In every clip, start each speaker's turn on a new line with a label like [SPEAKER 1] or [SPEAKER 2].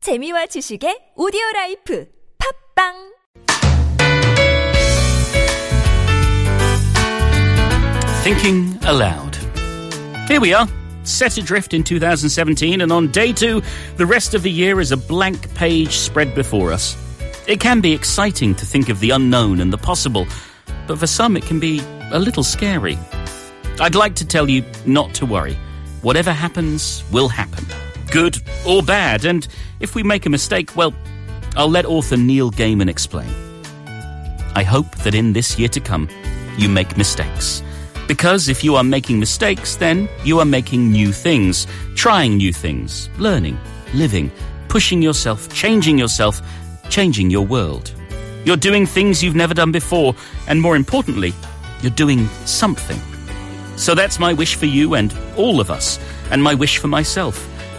[SPEAKER 1] 재미와 지식의 오디오 라이프 팝빵
[SPEAKER 2] Thinking Aloud. Here we are, set adrift in 2017, and on day two, the rest of the year is a blank page spread before us. It can be exciting to think of the unknown and the possible, but for some it can be a little scary. I'd like to tell you not to worry. Whatever happens will happen, good or bad, and if we make a mistake, well, I'll let author Neil Gaiman explain. I hope that in this year to come, you make mistakes. Because if you are making mistakes, then you are making new things, trying new things, learning, living, pushing yourself, changing yourself, changing your world. You're doing things you've never done before, and more importantly, you're doing something. So that's my wish for you and all of us, and my wish for myself.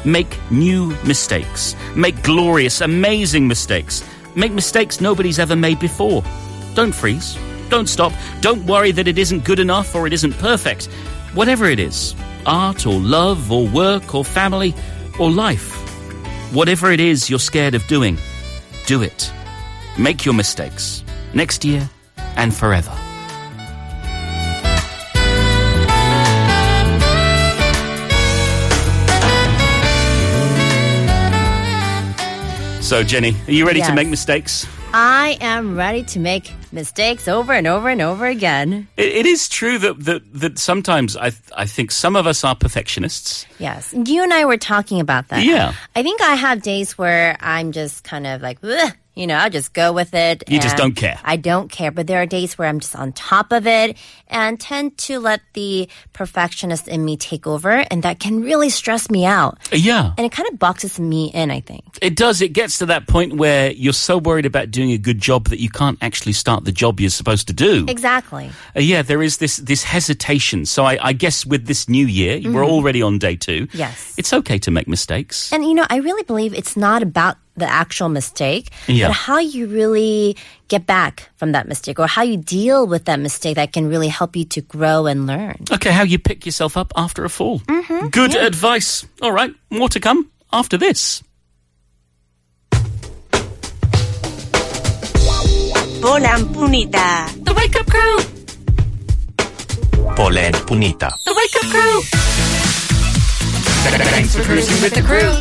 [SPEAKER 2] Make new mistakes. Make glorious, amazing mistakes. Make mistakes nobody's ever made before. Don't freeze. Don't stop. Don't worry that it isn't good enough or it isn't perfect. Whatever it is art or love or work or family or life. Whatever it is you're scared of doing, do it. Make your mistakes. Next year and forever. So, Jenny, are you ready to
[SPEAKER 3] Yes.
[SPEAKER 2] make mistakes?
[SPEAKER 3] I am ready to make mistakes over and over and over again.
[SPEAKER 2] It, it is true that, that that sometimes I I think some of us are perfectionists.
[SPEAKER 3] Yes. You and I were talking about that.
[SPEAKER 2] Yeah.
[SPEAKER 3] I think I have days where I'm just kind of like, "Ugh," you know, I'll just go with it.
[SPEAKER 2] You just
[SPEAKER 3] and
[SPEAKER 2] don't care.
[SPEAKER 3] I don't care. But there are days where I'm just on top of it and tend to let the perfectionist in me take over. And that can really stress me out.
[SPEAKER 2] Yeah,
[SPEAKER 3] And it kind of boxes me in, I think.
[SPEAKER 2] it does. It gets to that point where you're so worried about doing a good job that you can't actually start the job you're supposed to do.
[SPEAKER 3] Exactly.
[SPEAKER 2] Uh, yeah, there is this this hesitation. So I, I guess with this new year, we're already on day two.
[SPEAKER 3] Mm-hmm. Yes.
[SPEAKER 2] it's okay to make mistakes.
[SPEAKER 3] And you know, I really believe it's not about the actual mistake,
[SPEAKER 2] Yeah.
[SPEAKER 3] but how you really get back from that mistake or how you deal with that mistake that can really help you to grow and learn.
[SPEAKER 2] Okay, how you pick yourself up after a fall. Mm-hmm, Good advice. All right, more to come after this.
[SPEAKER 4] Volan Punita.
[SPEAKER 5] The Wake Up Crew!
[SPEAKER 6] Polen Punita.
[SPEAKER 5] The Wake Up Crew!
[SPEAKER 6] Thanks for cruising with
[SPEAKER 5] The crew!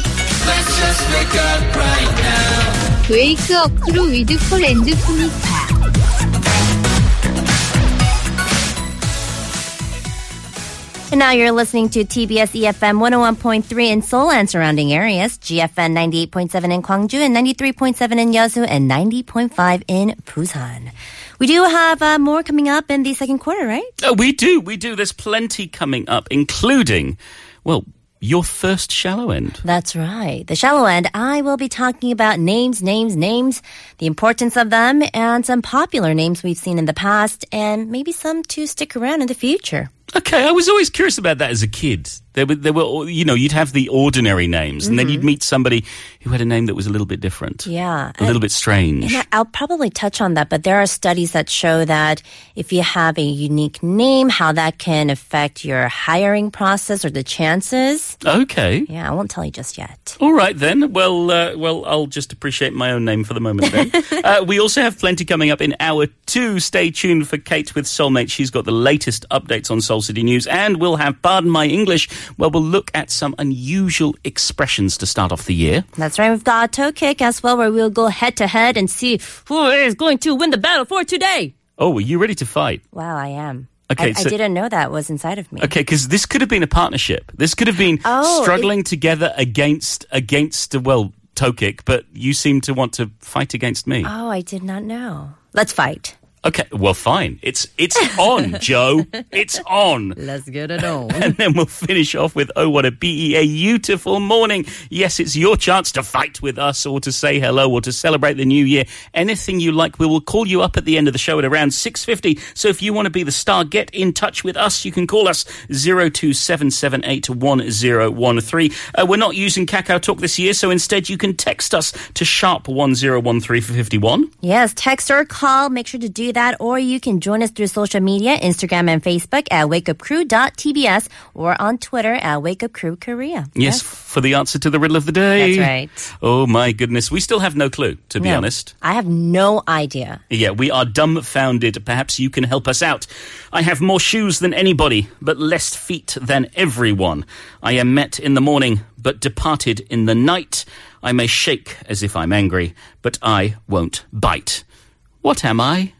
[SPEAKER 7] 웨이크업 크루 위드 폴랜드 푸니타
[SPEAKER 3] And now you're listening to TBS EFM 101.3 in Seoul and surrounding areas, GFN 98.7 in Gwangju and 93.7 in Yeosu and 90.5 in Busan. We do have uh, more coming up in the second quarter, right?
[SPEAKER 2] Oh, we do, we do. There's plenty coming up, including, well, your first shallow end.
[SPEAKER 3] That's right. The shallow end, I will be talking about names, names, names, the importance of them, and some popular names we've seen in the past, and maybe some to stick around in the future.
[SPEAKER 2] Okay, I was always curious about that as a kid. There were, there were, you know, you'd have the ordinary names, and then you'd meet somebody who had a name that was a little bit different.
[SPEAKER 3] Mm-hmm. Yeah. Uh,
[SPEAKER 2] a little bit strange.
[SPEAKER 3] And I- I'll probably touch on that, but there are studies that show that if you have a unique name, how that can affect your hiring process or the chances.
[SPEAKER 2] Okay.
[SPEAKER 3] Yeah, I won't tell you just yet.
[SPEAKER 2] All right then. Well, uh, well, I'll just appreciate my own name for the moment. Then uh, we also have plenty coming up in hour two. Stay tuned for Kate with Soulmate. She's got the latest updates on Soul City news, and we'll have Pardon My English, where we'll look at some unusual expressions to start off the year.
[SPEAKER 3] That's right. We've got a toe kick as well, where we'll go head to head and see who is going to win the battle for today.
[SPEAKER 2] Oh, are you ready to fight?
[SPEAKER 3] Wow, I am.
[SPEAKER 2] Okay,
[SPEAKER 3] I,
[SPEAKER 2] so-
[SPEAKER 3] I didn't know that was inside of me.
[SPEAKER 2] Okay, because this could have been a partnership. This could have been
[SPEAKER 3] Oh,
[SPEAKER 2] struggling together against against well Tokik, but you seem to want to fight against me.
[SPEAKER 3] Oh, I did not know. Let's fight.
[SPEAKER 2] Okay, well, fine. It's it's on, Joe. It's on.
[SPEAKER 3] Let's get it on.
[SPEAKER 2] And then we'll finish off with oh, what a be a beautiful morning. Yes, it's your chance to fight with us, or to say hello, or to celebrate the new year. Anything you like, we will call you up at the end of the show at around six fifty. So if you want to be the star, get in touch with us. You can call us zero two seven seven eight one zero one three. Uh, we're not using Kakao Talk this year, so instead you can text us to sharp one zero one three for fifty one.
[SPEAKER 3] yes, text or call. Make sure to do that, or you can join us through social media, Instagram and Facebook at wakeupcrew.tbs or on Twitter at wakeupcrewkorea.
[SPEAKER 2] Yes, for the answer to the riddle of the day.
[SPEAKER 3] That's right.
[SPEAKER 2] Oh my goodness, we still have no clue, to be
[SPEAKER 3] No,
[SPEAKER 2] honest.
[SPEAKER 3] I have no idea.
[SPEAKER 2] Yeah, we are dumbfounded. Perhaps you can help us out. I have more shoes than anybody, but less feet than everyone. I am met in the morning, but departed in the night. I may shake as if I'm angry, but I won't bite. What am I?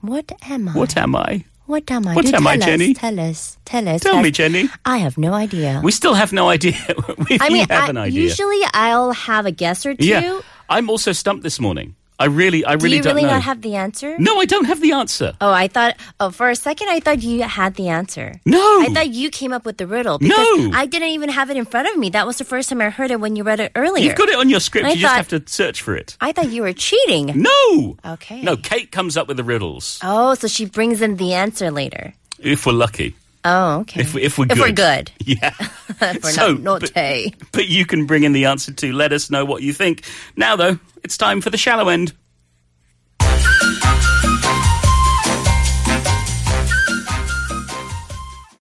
[SPEAKER 3] What am I?
[SPEAKER 2] What am I?
[SPEAKER 3] What am I?
[SPEAKER 2] What
[SPEAKER 3] Do
[SPEAKER 2] am
[SPEAKER 3] tell
[SPEAKER 2] I,
[SPEAKER 3] us,
[SPEAKER 2] Jenny?
[SPEAKER 3] Tell us. Tell us.
[SPEAKER 2] Tell
[SPEAKER 3] guys.
[SPEAKER 2] me, Jenny.
[SPEAKER 3] I have no idea.
[SPEAKER 2] We still have no idea. we
[SPEAKER 3] I mean,
[SPEAKER 2] have
[SPEAKER 3] I-
[SPEAKER 2] an idea.
[SPEAKER 3] usually I'll have a guess or two.
[SPEAKER 2] yeah, I'm also stumped this morning. I really, I
[SPEAKER 3] Do
[SPEAKER 2] really
[SPEAKER 3] you
[SPEAKER 2] don't
[SPEAKER 3] really
[SPEAKER 2] know.
[SPEAKER 3] not have the answer?
[SPEAKER 2] no, I don't have the answer.
[SPEAKER 3] Oh, I thought. Oh, for a second, I thought you had the answer.
[SPEAKER 2] No.
[SPEAKER 3] I thought you came up with the riddle.
[SPEAKER 2] No.
[SPEAKER 3] because I didn't even have it in front of me. That was the first time I heard it when you read it earlier.
[SPEAKER 2] You've got it on your script.
[SPEAKER 3] I
[SPEAKER 2] you just
[SPEAKER 3] thought-
[SPEAKER 2] have to search for it.
[SPEAKER 3] I thought you were cheating.
[SPEAKER 2] No.
[SPEAKER 3] Okay.
[SPEAKER 2] No, Kate comes up with the riddles.
[SPEAKER 3] Oh, so she brings in the answer later.
[SPEAKER 2] If we're lucky.
[SPEAKER 3] Oh, okay.
[SPEAKER 2] If, we- if we're
[SPEAKER 3] if
[SPEAKER 2] good.
[SPEAKER 3] we're good,
[SPEAKER 2] Yeah.
[SPEAKER 3] if we're
[SPEAKER 2] So,
[SPEAKER 3] not
[SPEAKER 2] but-
[SPEAKER 3] naughty.
[SPEAKER 2] but you can bring in the answer to let us know what you think. Now, though, it's time for the shallow end.